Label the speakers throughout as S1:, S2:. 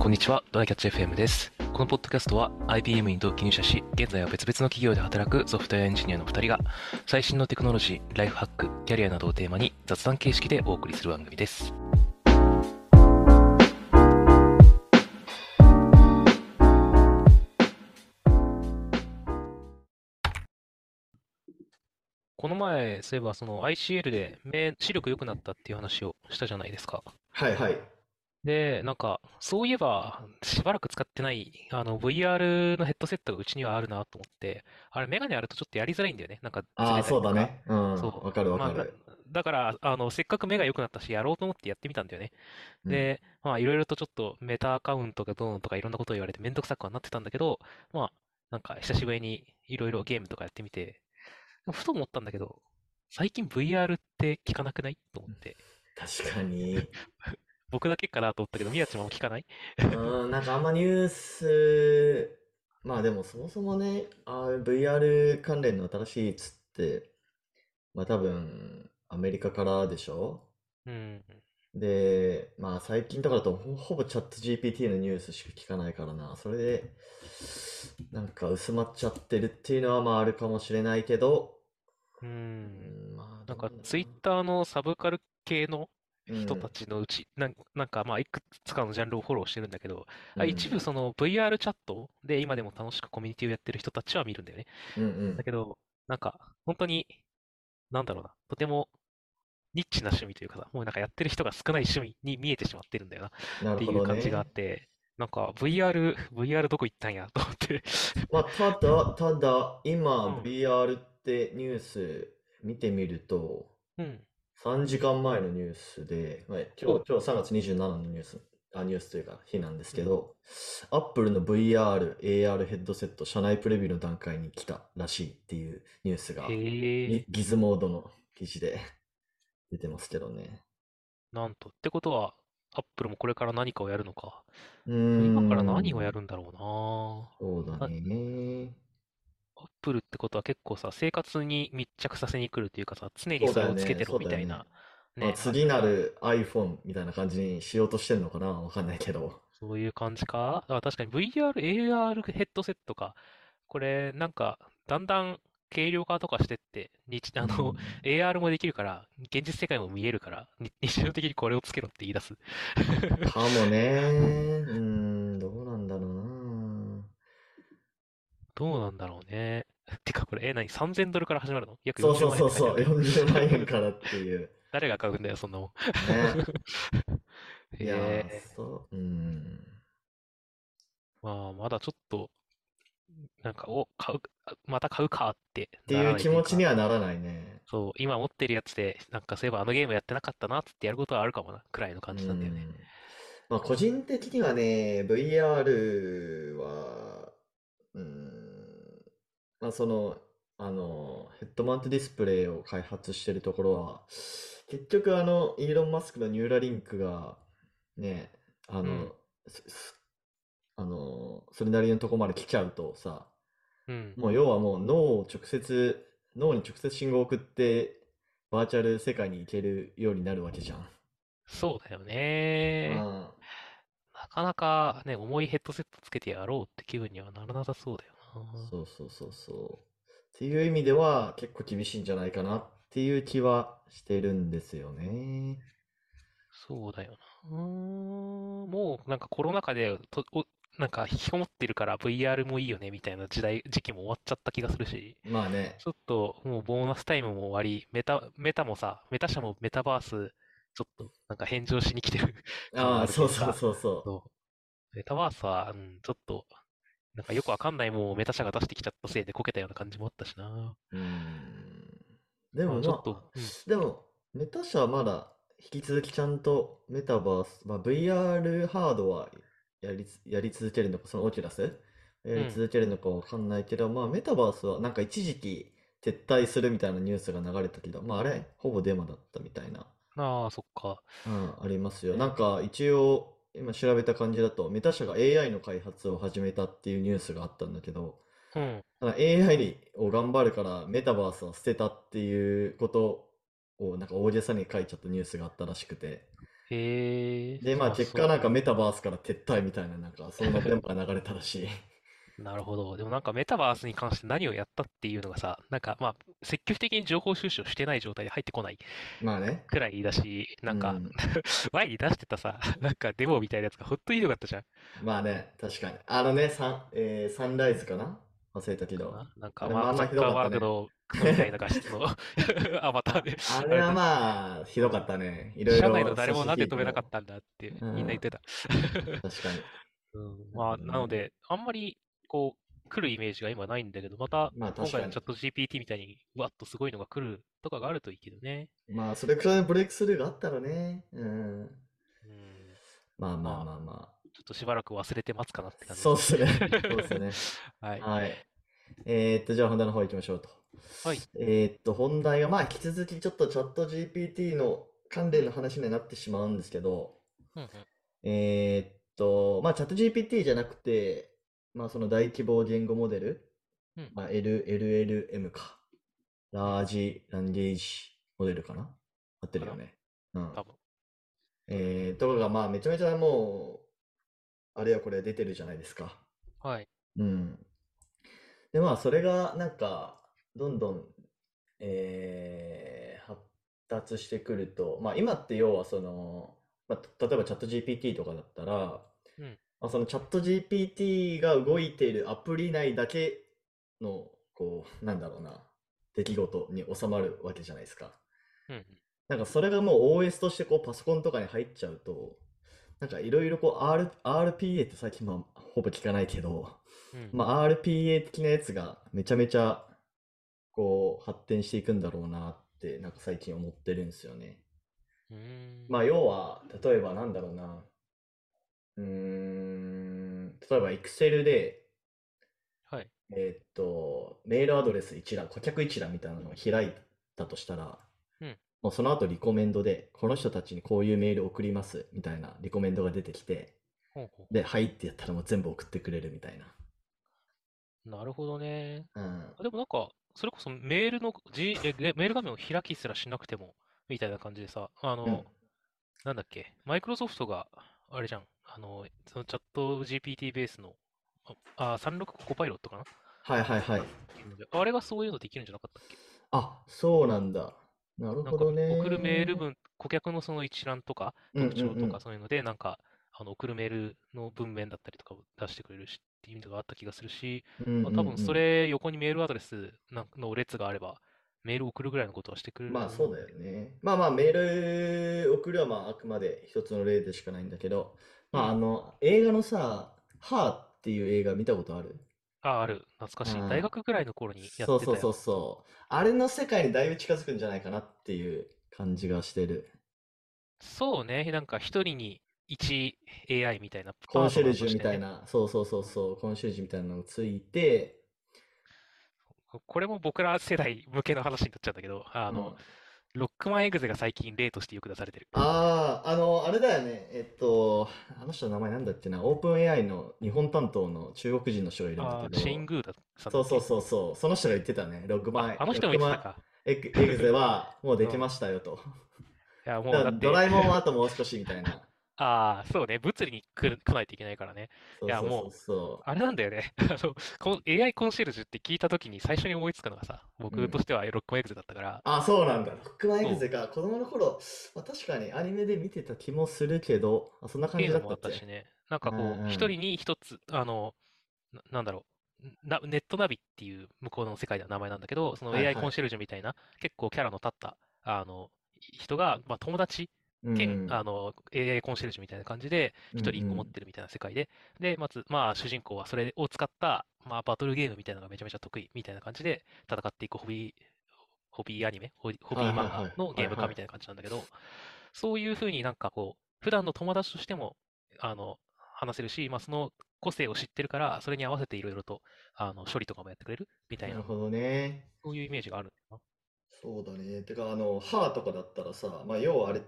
S1: こんにちは、ドライキャッチ FM です。このポッドキャストは IBM に同期入社し、現在は別々の企業で働くソフトウェアエンジニアの2人が、最新のテクノロジー、ライフハック、キャリアなどをテーマに雑談形式でお送りする番組です。この前、そういえばその ICL で目視力良くなったっていう話をしたじゃないですか。
S2: はいはい。
S1: で、なんか、そういえば、しばらく使ってない、あの、VR のヘッドセットがうちにはあるなと思って、あれ、メガネあるとちょっとやりづらいんだよね。なんか、ず
S2: あ
S1: れ
S2: あ、
S1: た
S2: そ
S1: り
S2: う
S1: と
S2: だ
S1: か。
S2: ね。うん、
S1: そう
S2: わかるわ
S1: まあ
S2: か
S1: だ、
S2: る。
S1: だから、あの、せっかく目が良くなったし、やろうと思ってやってみたんだよね。
S2: うん
S1: で、まあ、いろいろとちょっとメタアカウントがどうのとかいろんなことを言われてめんどくさくはなってたんだけど、まあ、なんか久しぶりにいろいろゲームとかやってみて、ふと思ったんだけど、最近 VR って聞かなくないと思って。
S2: 確 かに。
S1: 僕だけかなと思ったけど、宮地も聞かない
S2: うん、なんかあんまニュース、まあでもそもそもね、あー VR 関連の新しいやつって、まあ多分アメリカからでしょ
S1: うん。
S2: で、まあ最近とかだとほ、ほぼチャット GPT のニュースしか聞かないからな。それで、なんか薄まっちゃってるっていうのはまああるかもしれないけど、
S1: う。
S2: うんん、まあ
S1: なん
S2: ど
S1: か
S2: うだろう
S1: ツイッターのサブカル系の
S2: な
S1: 人たちのうち、なん、なんかまあいくつかのジャンルをフォローしてるんだけど、
S2: うん、
S1: あ
S2: うん
S1: 一部その VR チャットで今でも楽しくコミュニティをやってる人たちは見るんだよね。
S2: うんうん
S1: だけど、なんか本当に、なんだろうな、とてもニッチな趣味というかさ、もうなんかやってる人が少ない趣味に見えてしまってるんだよなっ
S2: なる
S1: て
S2: ほ
S1: いう
S2: ど
S1: 感じがあっ
S2: ね。
S1: て、なんか VR、VR どこ行ったんやと思 って。
S2: まあ、ただ、ただ、
S1: う
S2: 今、
S1: ん
S2: VR ってニュース見てみると、
S1: うん。
S2: 3時間前のニュースで、まあ、今
S1: お
S2: 日、今日3月27のニュース、あ、ニュースというか、日なんですけど、Apple の VR、AR ヘッドセット、社内プレビューの段階に来たらしいっていうニュースが、
S1: へえ
S2: ギ、ギズモードの記事で 出てますけどね。
S1: なんと。ってことは、Apple もこれから何かをやるのか。
S2: う
S1: 今から何
S2: ー
S1: をや
S2: ん、
S1: るんだろ
S2: そう
S1: う
S2: だ
S1: なぁ。
S2: ね。
S1: アップルってことは結構さ、生活に密着させに来るっていうかさ、常に
S2: そう
S1: そ
S2: だ
S1: れ
S2: よ
S1: をつけ
S2: ね、
S1: てろ
S2: そう
S1: み
S2: だ
S1: た
S2: よ
S1: い
S2: ね。
S1: な、
S2: まあ、
S1: ね、あ
S2: 次なる iPhone みたいな感じにしようとしてんのかなわかんないけど。
S1: そういう感じか。あ、確かに VR、AR ヘッドセットか。これ、なんか、だんだん軽量化とかしてって、日、
S2: う
S1: あの、
S2: ん
S1: AR もできるから、現実世界も見えるから、に日常的にこれをつけろって言い出す。
S2: かもね。うーん、どうなんだろうな。
S1: どうなんだろうね。てかこれ、え、何 ?3000 ドルから始まるの約
S2: そう
S1: 40
S2: そ
S1: 万
S2: うそ
S1: 円っ
S2: う
S1: て書いて
S2: そ
S1: あ
S2: う、
S1: るよね。
S2: 40万円からっていう。
S1: 誰が買うんだよ、そんなもん。
S2: ね。いや
S1: へ
S2: ー、
S1: え。
S2: そう、うーん。
S1: まあ、まだちょっと、なんか、お、買う、あまた買うかって
S2: って
S1: なら
S2: いう
S1: ない
S2: 気
S1: という
S2: 持ちに
S1: か、
S2: はならないね。
S1: そう、今持ってるやつで、なんかそういえばあのゲームやってなかったなっつってやることはあるかもな、くらいの
S2: う
S1: 感じなんだよね。
S2: ん。まあ、個人的にはね、VR は、うーん、まあ、その、あの、ヘッドマウントディスプレイを開発してるところは、結局、あの、イーロン・マスクのニューラリンクが、ね、あ
S1: うん、
S2: の、すすあの、それなりのとこまで来ちゃうとさ、
S1: うん、
S2: もう要はもう脳を直接、脳に直接信号を送って、バーチャル世界に行けるようになるわけじゃん。
S1: そうだよ
S2: う
S1: ね。
S2: ん。
S1: なかなかね、重いヘッドセットつけてやろうって気分にはならなさそうだよな。
S2: そうそうそうそう。っていう意味では結構厳しいんじゃないかなっていう気はしてるんですよね。
S1: そうだよな。うーん、もうなんかコロナ禍でと、お、なんか引きこもってるから VR もいいよねみたいな時代、時期も終わっちゃった気がするし、
S2: まあね。
S1: ちょっともうボーナスタイムも終わり、メタ、メタもさ、メタ社もメタバース、ちょっとなんか返上しに来てる 感
S2: あ
S1: があ
S2: あ、
S1: るとい
S2: そ
S1: うう
S2: そう
S1: か、
S2: そうそ
S1: そう、メタバースは、うん、ちょっと、なんかよくわかんないもんをメタ社が出してきちゃったせいでこけたような感じもあったしな。
S2: う。うーん。で
S1: ま
S2: も
S1: あちょっ
S2: ま
S1: と、
S2: あ、
S1: うん、
S2: でも、メタ社はまだ引き続きちゃんとメタバース、まあ、VR ハードはやりつ、やり続けるのか、そのオキュラスや
S1: う
S2: り
S1: ん、
S2: 続けるのかわかんないけど、まあメタバースはなんか一時期撤退するみたいなニュースが流れたけど、まああれ、ほぼデマだったみたいな。
S1: ああ、そっか。
S2: うん、ありますよ。
S1: ね
S2: なんか一応今調べた感じだとメタ社が AI の開発を始めたっていうニュースがあったんだけど、
S1: うん、
S2: ただ AI を頑張るからメタバースは捨てたっていうことをなんか大げさに書いちゃったニュースがあったらしくて、
S1: へえ、
S2: で、まあ
S1: あ、
S2: 結
S1: そ
S2: 果
S1: う。
S2: なんかメタバースから撤退みたいな、なんかそんな電波が流れたらし い。
S1: なるほど。でもなんかメタバースに関して何をやったっていうのがさ、なんかまあ、積極的に情報収集をしてない状態で入ってこない
S2: まあね。
S1: くらいだし、
S2: う
S1: なんか
S2: ん。
S1: 前に出してたさ、なんかデモみたいなやつがほんとひどかったじゃん。
S2: まあね、確かに。あのね、サン、えーサンライズかな忘れたけ
S1: か
S2: ど。
S1: ななん
S2: あ
S1: か
S2: れ
S1: マー
S2: まあ
S1: ク・
S2: ま
S1: ザ
S2: あ
S1: ッ
S2: ひど
S1: カー
S2: かっ
S1: バ
S2: た
S1: ーグ
S2: ね。
S1: のみたいな画質 のアバターで、
S2: あ
S1: あ
S2: れ
S1: れ
S2: は
S1: だ、
S2: まあ、ひどかったね。いろい
S1: 社内の
S2: ろ
S1: 誰
S2: 差
S1: も
S2: し
S1: なん
S2: 引
S1: で
S2: い
S1: 止
S2: て
S1: めなかっ
S2: も。
S1: たんだって
S2: う
S1: みんな言っ
S2: ん、
S1: てた。
S2: 確かに。
S1: うん、
S2: なる
S1: まあ、
S2: ほど
S1: なの
S2: ね。
S1: で、あんまり、こう、来るイメージが今ないんだけど、また、
S2: まあ
S1: 今
S2: 確
S1: 回
S2: か
S1: の
S2: に。
S1: チャット GPT みたいに、うわっとすごいのが来るとかがあるといいけどね。
S2: まあ、それくらいのブレイクスルーがあったらね。うん。
S1: うん。
S2: まあまあ
S1: まあ、
S2: まあまあ。
S1: ちょっとしばらく忘れて待つかなって感じで
S2: そうっ
S1: すね。
S2: す ね。そうっすね。
S1: はい。
S2: はい。えーっと、じゃあ本題の方行きましょうと。
S1: はい。
S2: えーっと、本題が、まあ、引き続きちょっとチャット GPT の関
S1: う
S2: 連の
S1: ん。
S2: 話になってしまうんですけど、
S1: うんうん。
S2: えーっと、まあ、チャット GPT じゃなくて、まあ、その大規模言語モデル、
S1: うん
S2: まあ、L、LLM か。
S1: うん。
S2: ラージランゲージモデルかな合って
S1: か
S2: るよ
S1: な
S2: ね。うん。
S1: 多分。
S2: えー、とかが、まあ、めちゃめちゃもう、あれやこれや出てるじゃないですか。
S1: はい。
S2: うん。で、まあ、それが、なんか、どんどん、えー発達してくると、まあ、今って要はその、まあ、た例えばチャット GPT とかだったら、
S1: うん。
S2: まあ、そのチャット GPT が動いているアプリ内だけの、こう、なんだろうな、出来事に収まるわけじゃないですか。
S1: うんうん
S2: なんかそれがもう OS としてこうパソコンとかに入っちゃうと、なんかいろいろこう、R、RPA って最近まあほぼ聞かないけど、
S1: うん。
S2: まあ、RPA 的なやつがめちゃめちゃこう発展していくんだろうなってなんか最近思ってるんですよね。
S1: うーん。
S2: まあ要は例えばなんだろうな、うーん、例えば Excel で、
S1: はい。
S2: えーっと、メールアドレス一覧、顧客一覧みたいなのを開いたとしたら、
S1: うん。
S2: もうその後リコメンドで、この人たちにこういうメール送りますみたいなリコメンドが出てきて、
S1: ほうほう
S2: で、
S1: ほ
S2: はいってやったらもう全部送ってくれるみたいな。
S1: う。なるほどね。
S2: うん。
S1: あでもなんか、それこそメールの、G、え、でメール画面を開きすらしなくても、みたいな感じでさ、あ
S2: うん。
S1: の、なんだっけ、マイクロソフトが、あれじゃん、あの、そのチャット GPT ベースの、あ、あ365コパイロットかな
S2: はいはいはい。
S1: っていうのであれがそういうのできるんじゃなかったっけ
S2: あ、そうなんだ。なる
S1: なん
S2: ほ
S1: か、
S2: ど
S1: 送るメール
S2: ね。
S1: 文、顧客のその一覧とか、
S2: うんうん
S1: 特徴
S2: う
S1: とか
S2: ん。
S1: そういうので、なんか、あの、送るメールの文面だったりとかを出してくれるし、っていう意味があった気がするし、
S2: うんうん
S1: まあ、多分
S2: う
S1: そ
S2: ん。
S1: れ横にメールアドレスなんの列があれば、メールを送るぐらいのことはしてくれる
S2: まあ
S1: と
S2: そ
S1: 思
S2: う
S1: う
S2: だ
S1: ん
S2: よ
S1: で、
S2: ね。まあまあメール送るはまああくまで一つの例でしかないんだけど、
S1: う
S2: まああ
S1: ん。
S2: の映画のさ、ハーっていう映画見たことある
S1: あ、ある。懐かしい。大
S2: ああ、
S1: 学ぐらいの頃にやっ
S2: そう
S1: て
S2: そう
S1: た
S2: そ
S1: よ。
S2: うそう。あれの世界にだいぶ近づくんじゃないかなっていう感じがしてる。
S1: そうね。なんか一人に一 AI みたいな
S2: コ
S1: パ
S2: ン
S1: ー
S2: シ
S1: ト
S2: ェ
S1: ナ
S2: ル
S1: ー
S2: ジ
S1: と
S2: ュ
S1: し
S2: み
S1: て
S2: たい
S1: ね。
S2: な、そうそうそうそう、コンシェルジュみたいなのついて、
S1: ここれも僕ら世代向けの話になっちゃうんだけど、あ
S2: う
S1: の、
S2: ん。
S1: ロックマンエグゼが最近例としてよく出されてる。
S2: ああ、あの、あれだよね。えっと、あの人の名前なんだっけな、オープン AI の日本担当の中国人の人がいるんだ
S1: あ
S2: け
S1: あ、シェイン・
S2: ど、
S1: グーださんだ
S2: そう
S1: っ
S2: そう
S1: け
S2: そうそう、その人が言ってたね、ロックマ
S1: あ、
S2: ン、
S1: あの
S2: ロ
S1: 人も言って
S2: ックマ
S1: た
S2: ン
S1: か。
S2: エグ、エグゼはもうで
S1: う
S2: き
S1: ん。
S2: ましたよと。
S1: いや、も
S2: だ
S1: う
S2: か
S1: だ
S2: ら
S1: っ
S2: ドラ
S1: て
S2: えもんはあともう少しみたいな。
S1: ああ、そうね。物理に来る、来ないといけないからね。い
S2: そ
S1: うや、
S2: そうそう
S1: もう、
S2: そ
S1: あれなんだよね。 あの、この AI コンシェルジュって聞いたときに最初に思いつくのがさ、
S2: う。う
S1: 僕と
S2: ん。
S1: してはロックマンエグゼだったから、
S2: あ、そうなんだ。ロックマンエグ
S1: そう。
S2: ゼか。子供の頃、まあ、確かにアニメで見てた気もするけど、あ、そんな
S1: って
S2: 感
S1: い
S2: じ
S1: う
S2: だ
S1: の
S2: っ
S1: も
S2: た
S1: あ
S2: っ
S1: ったし
S2: け
S1: ね。なん
S2: う
S1: かこう、
S2: んう
S1: 一
S2: ん。
S1: 人に一つ、あの、な、なんだろう、な、ネットナビっていう向こうの世界では名前なんだけど、その
S2: はい
S1: AI
S2: は
S1: コン
S2: い。
S1: シェルジュみたいな、結構キャラの立った、あの、人が、まあ、友達
S2: う
S1: 兼、
S2: ん。
S1: あの、AI コンシェルジュみたいな感じで、
S2: う
S1: 一
S2: ん
S1: 人一
S2: う
S1: 個持っ
S2: ん。
S1: てるみたいな世界で、で、まず、まあ、主人公はそれを使った、まあ、バトルゲームみたいなのがめちゃめちゃ得意みたいな感じで、戦っていくホビー、ホビーアニメ、ホビホ
S2: はい
S1: ビー
S2: は
S1: 漫
S2: い
S1: 画
S2: はい。
S1: の
S2: は
S1: ゲ
S2: い
S1: ーム
S2: は
S1: 化
S2: い。
S1: みたいな感じなんだけど、そういうふうになんかこう、普段の友達としても、あの、話せるし、まあ、その個性を知ってるから、それに合わせていろいろと、あの、処理とかもやってくれるみたい
S2: なる
S1: な、
S2: ほどね。
S1: そういうイメージがあるんだよ
S2: そうだね。てか、あの、ハーとかだったらさ、まあ、要はあれ、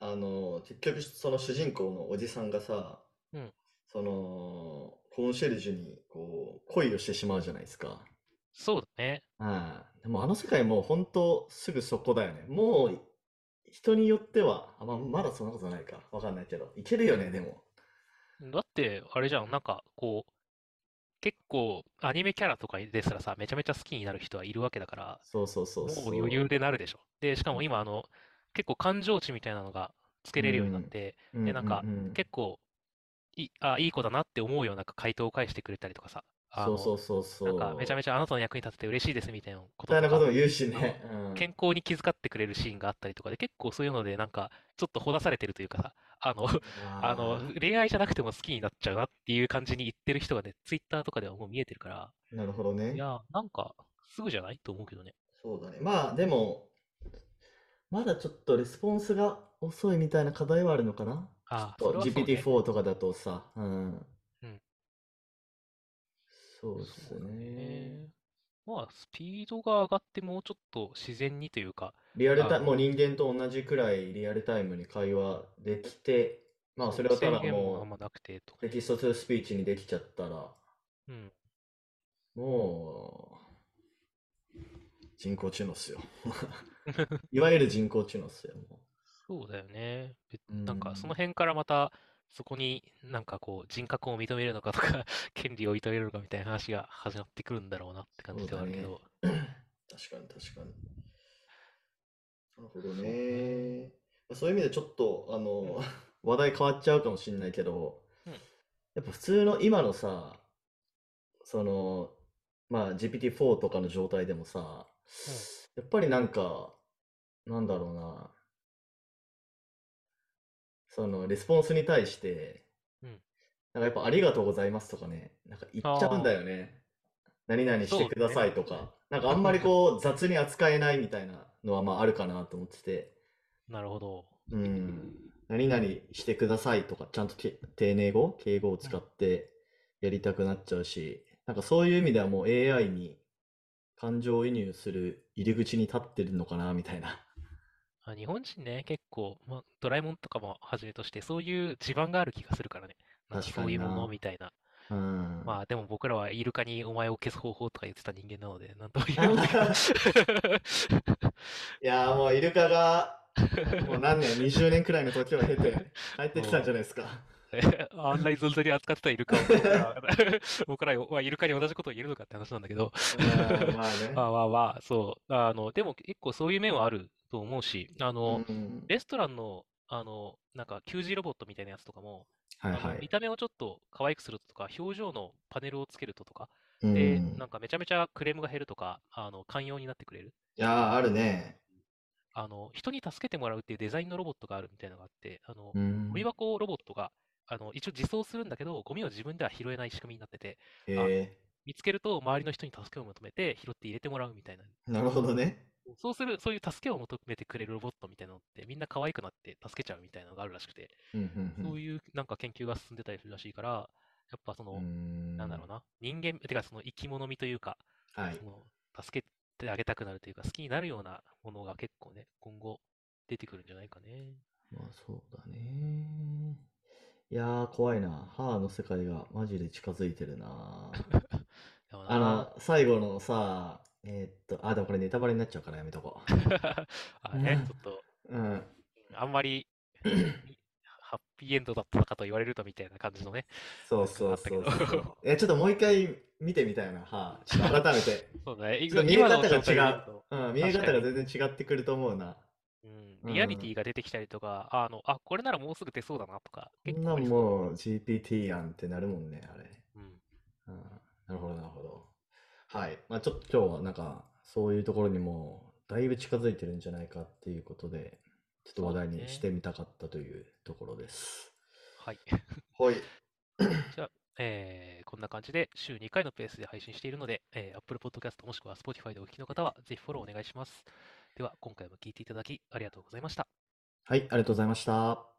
S2: あの、結局、その主人公のおじさんがさ、
S1: な。うん。
S2: その、コンシェルジュに、こう、恋をしてしまうじゃないですか。
S1: そうだね。
S2: うん。でも、あの世界もう、本当すぐそこだよね。もう、人によっては、あ、まあ、まだそんなことないか。わかんないけど。いけるよね、でも。
S1: だって、あれじゃん、なんか、こう、結構、アニメキャラとかですらさ、めちゃめちゃ好きになる人はいるわけだから、
S2: そうそうそう
S1: もう
S2: そう。
S1: 余裕でなるでしょ。で、しか
S2: う
S1: も
S2: ん
S1: 今、あの、結構感情値みたいなのがつけれるようになって、
S2: うん
S1: でなんか
S2: うんうん
S1: 結構いい、あ、いい子だなって思うような回答を返してくれたりとかさ、あ
S2: そうそ
S1: の、
S2: うそう
S1: なんかめちゃめ
S2: そう。
S1: ちゃあなたの役に立てて嬉しいですみたいなこと
S2: みた
S1: と
S2: いなこと
S1: か、
S2: も言うし
S1: あの
S2: ね。うん。
S1: 健康に気遣ってくれるシーンがあったりとかで、結構そういうので、なんか、ちょっとほだされてるというかさ、あの、あの、
S2: あ
S1: 恋愛じゃなくても好きになっちゃうなっていう感じに言ってる人がね、ツイッターとかではもう見えてるから、
S2: ーなるほど
S1: い
S2: ね。
S1: やー、なんか、すぐじゃないと思うけどね。
S2: そうだね。まあ、でも、まだちょっとレスポンスが遅いみたいな課題はあるのかなち
S1: ああ、
S2: ょ
S1: それはそ
S2: っと
S1: うね。
S2: GPT-4 とかだとさ、うん。
S1: うん
S2: そうっ
S1: そ
S2: す
S1: うだ
S2: ね。
S1: ね。まあ、スピードが上がってもうちょっと自然にというか、
S2: リアル
S1: あ
S2: タイム、もう
S1: の、
S2: 人間と同じくらいリアルタイムに会話できて、まあそ
S1: そう、
S2: れはた
S1: 制
S2: だ
S1: 限もあんま
S2: も
S1: なくてとか
S2: うテ
S1: ね。
S2: キストトゥースピーチにできちゃったら、
S1: うん。
S2: もう人工知能っすよ。 いわゆる人工知能っすよ、も
S1: そうだよね。べ
S2: う。う
S1: なんか、その
S2: ん。
S1: 辺からまた、そこになんかこう、人格を認めるのかとか 権利を認めるのかみたいな話が始まってくるんだろうなって感じ
S2: そう
S1: ではあ
S2: だ
S1: るけ
S2: ね。
S1: ど、
S2: 確かに確かに。なるほど
S1: そうね。
S2: ね。そういう意味でちょっと、あ
S1: う
S2: の、
S1: ん、
S2: 話題変わっちゃうかもしんないけど、
S1: うん、
S2: やっぱ普通の今のさ、その、まあ GPT-4 とかの状態でもさ、
S1: うん。
S2: やっぱりなんか、なんだろうな、その、レスポンスに対して、
S1: うん。
S2: なんかやっぱありがとうございますとかね、なんか言っちゃうんだ
S1: ああ、
S2: よね。何々して
S1: そう
S2: くだ
S1: ね。
S2: さいとか、なんかあんまりこう雑に扱えないみたいなのはまああるかなと思ってて、
S1: なるほど。
S2: うん、何々してくださいとか、ちゃんとけ丁寧語、敬語を
S1: う
S2: 使
S1: ん。
S2: ってやりたくなっちゃうし、なんかそういう意味ではもう AI に感情移入する入り口に立ってるのかなみたいな。
S1: あ、日本人ね、結構、まあ、ドラえもんとかもはじめとして、そういう地盤がある気がするからね。なんか
S2: 確か
S1: そう
S2: に
S1: いうもの
S2: な。
S1: みたいな。
S2: うん。
S1: まあでも僕らはイルカにお前を消す方法とか言ってた人間なので、なんと も言え
S2: あ
S1: ないけど。
S2: ーいやーもうイルカがもう 何年、20年くらいの時を経て帰ってきたんじ
S1: も
S2: ゃないですか。
S1: う、えあんなにずんずに扱ってたイルカを僕ら、 僕らはイルカに同じことを言えるのかって話なんだけど。
S2: うん、まあね。
S1: まあまあまあ、そう。あの、でも結構そういう面はあると思うし、あ
S2: う
S1: の、
S2: ん。
S1: レストランの、あの、なんか QG ロボットみたいなやつとかも、
S2: はい
S1: あ
S2: は
S1: の、見
S2: い。
S1: た目をちょっと可愛くするととか、表情のパネルをつけるととか、
S2: う
S1: で、
S2: ん。
S1: なんかめちゃめちゃクレームが減るとか、あの、寛容になってくれる。
S2: いやーあるね。
S1: あの、人に助けてもらうっていうデザインのロボットがあるみたいなのがあって、あの、
S2: う
S1: ゴミ
S2: ん。
S1: 箱ロボットが、あの、一応自走するんだけど、ゴミを自分では拾えない仕組みになってて、あの、
S2: え
S1: 見つけると周りの人に助けを求めて拾って入れてもらうみたいな。
S2: ー、 なるほどね。
S1: そうする、そういう助けを求めてくれるロボットみたいなのってみんな可愛くなって助けちゃうみたいなのがあるらしくて、
S2: うんう
S1: そうんいうなんか研究が進んでたりするらしいから、やっぱそうの、なんだ
S2: ん。う
S1: ろう
S2: ー。
S1: んな、人間、てかその生き物味というか、
S2: は
S1: そ
S2: い。
S1: の、助けてあげたくなるというか、好きになるようなものが結構ね、今後出てくるんじゃないかね。
S2: まあそうだね。いやー怖いな。母の世界がマジで近づいてるな。
S1: だよ
S2: あ
S1: な。
S2: の、最後のさ、えーっと、あ、でもこれネタバレになっちゃうからやめとこ
S1: あ
S2: う。
S1: ね、ちょっと、
S2: うん。
S1: あんま り、いハッピーエンドだったかと言われるとみたいな感じのね、
S2: そ
S1: な
S2: う
S1: んか
S2: そ
S1: あ
S2: う
S1: ったけ
S2: そ
S1: ど。
S2: うそう。え、ちょっともう一回見てみたいな。はあ、ちょっと改め て。
S1: そうだね、
S2: ちょ
S1: 今
S2: っと見え
S1: 今の
S2: 方が
S1: 状態で
S2: 違
S1: 見ると、
S2: う。うん、見え
S1: 確か
S2: 方が
S1: に、
S2: 全然違ってくると思うな。
S1: うん、
S2: う
S1: リアリテ
S2: ん。
S1: ィが出てきたりとか、あの、あ、これならもうすぐ出そうだなとか、
S2: こ
S1: 結
S2: んな
S1: 構あ
S2: ん
S1: りそうだ
S2: もう GPT やんってなるもんね、あれ。
S1: もんね。
S2: うん、なるほど、なるほど。はい。まあちょっと今日はなんか、そういうところにもうだいぶ近づいてるんじゃないかっていうことで、ちょっと
S1: うん、
S2: 話
S1: そうだ
S2: 題にし
S1: ね。
S2: てみたかったというところです。
S1: はい。
S2: はい。
S1: じゃあ、えーこんな感じで週2回のペースで配信しているので、えー Apple Podcast もしくは Spotify でお聞きの方は、ぜひフォローお願いします。では、今回も聞いていただきありがとうございました。
S2: はい、ありがとうございました。